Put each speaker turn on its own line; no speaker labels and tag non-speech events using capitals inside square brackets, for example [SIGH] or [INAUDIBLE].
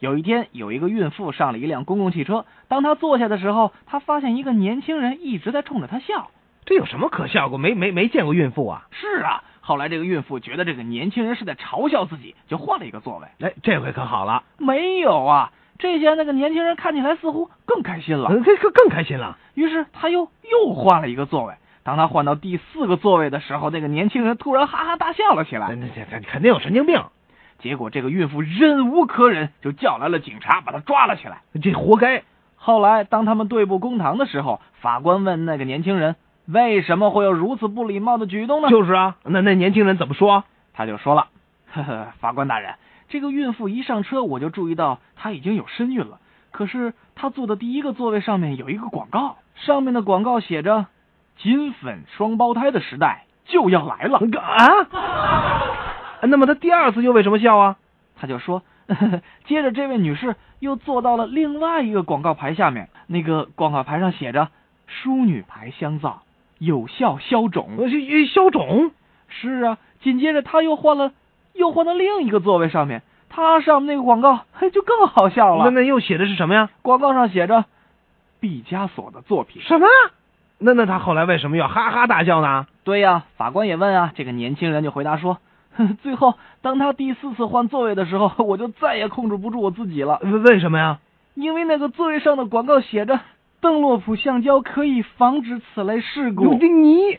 有一天，有一个孕妇上了一辆公共汽车，当她坐下的时候，她发现一个年轻人一直在冲着她笑。
这有什么可笑过？没没没见过孕妇啊！
是啊，后来这个孕妇觉得这个年轻人是在嘲笑自己，就换了一个座位。
哎，这回可好了，
没有啊，这下那个年轻人看起来似乎更开心了，
嗯这更更开心了。
于是他又又换了一个座位。当他换到第四个座位的时候，那个年轻人突然哈哈大笑了起
那
来。
那这这肯定有神经病，
结果这个孕妇忍无可忍，就叫来了警察，把他抓了起来。
这活该。
后来，当他们对簿公堂的时候，法官问那个年轻人为什么会有如此不礼貌的举动呢？
就是啊，那那年轻人怎么说？啊
他就说了：“ [LAUGHS] 呵呵，法官大人，这个孕妇一上车，我就注意到她已经有身孕了。可是她坐的第一个座位上面有一个广告，上面的广告写着‘金粉双胞胎的时代就要来了
啊？’那么他第二次又为什么笑啊？
他就说。” [LAUGHS] 呵呵，接着，这位女士又坐到了另外一个广告牌下面，那个广告牌上写着“淑女牌香皂，有效消肿”。
我去呃消肿，
是啊，紧接着他又换了，又换到另一个座位上面，他上面那个广告嘿就更好笑
那
了。
那又写的是什么呀？
广告上写着毕加索的作品。
什么？那那他后来为什么要哈哈大笑呢？
对呀、法官也问啊，这个年轻人就回答说，呵呵最后当他第四次换座位的时候，我就再也控制不住我自己了，
为呃为什么呀？
因为那个座位上的广告写着。邓洛普橡胶可以防止此类事故。
你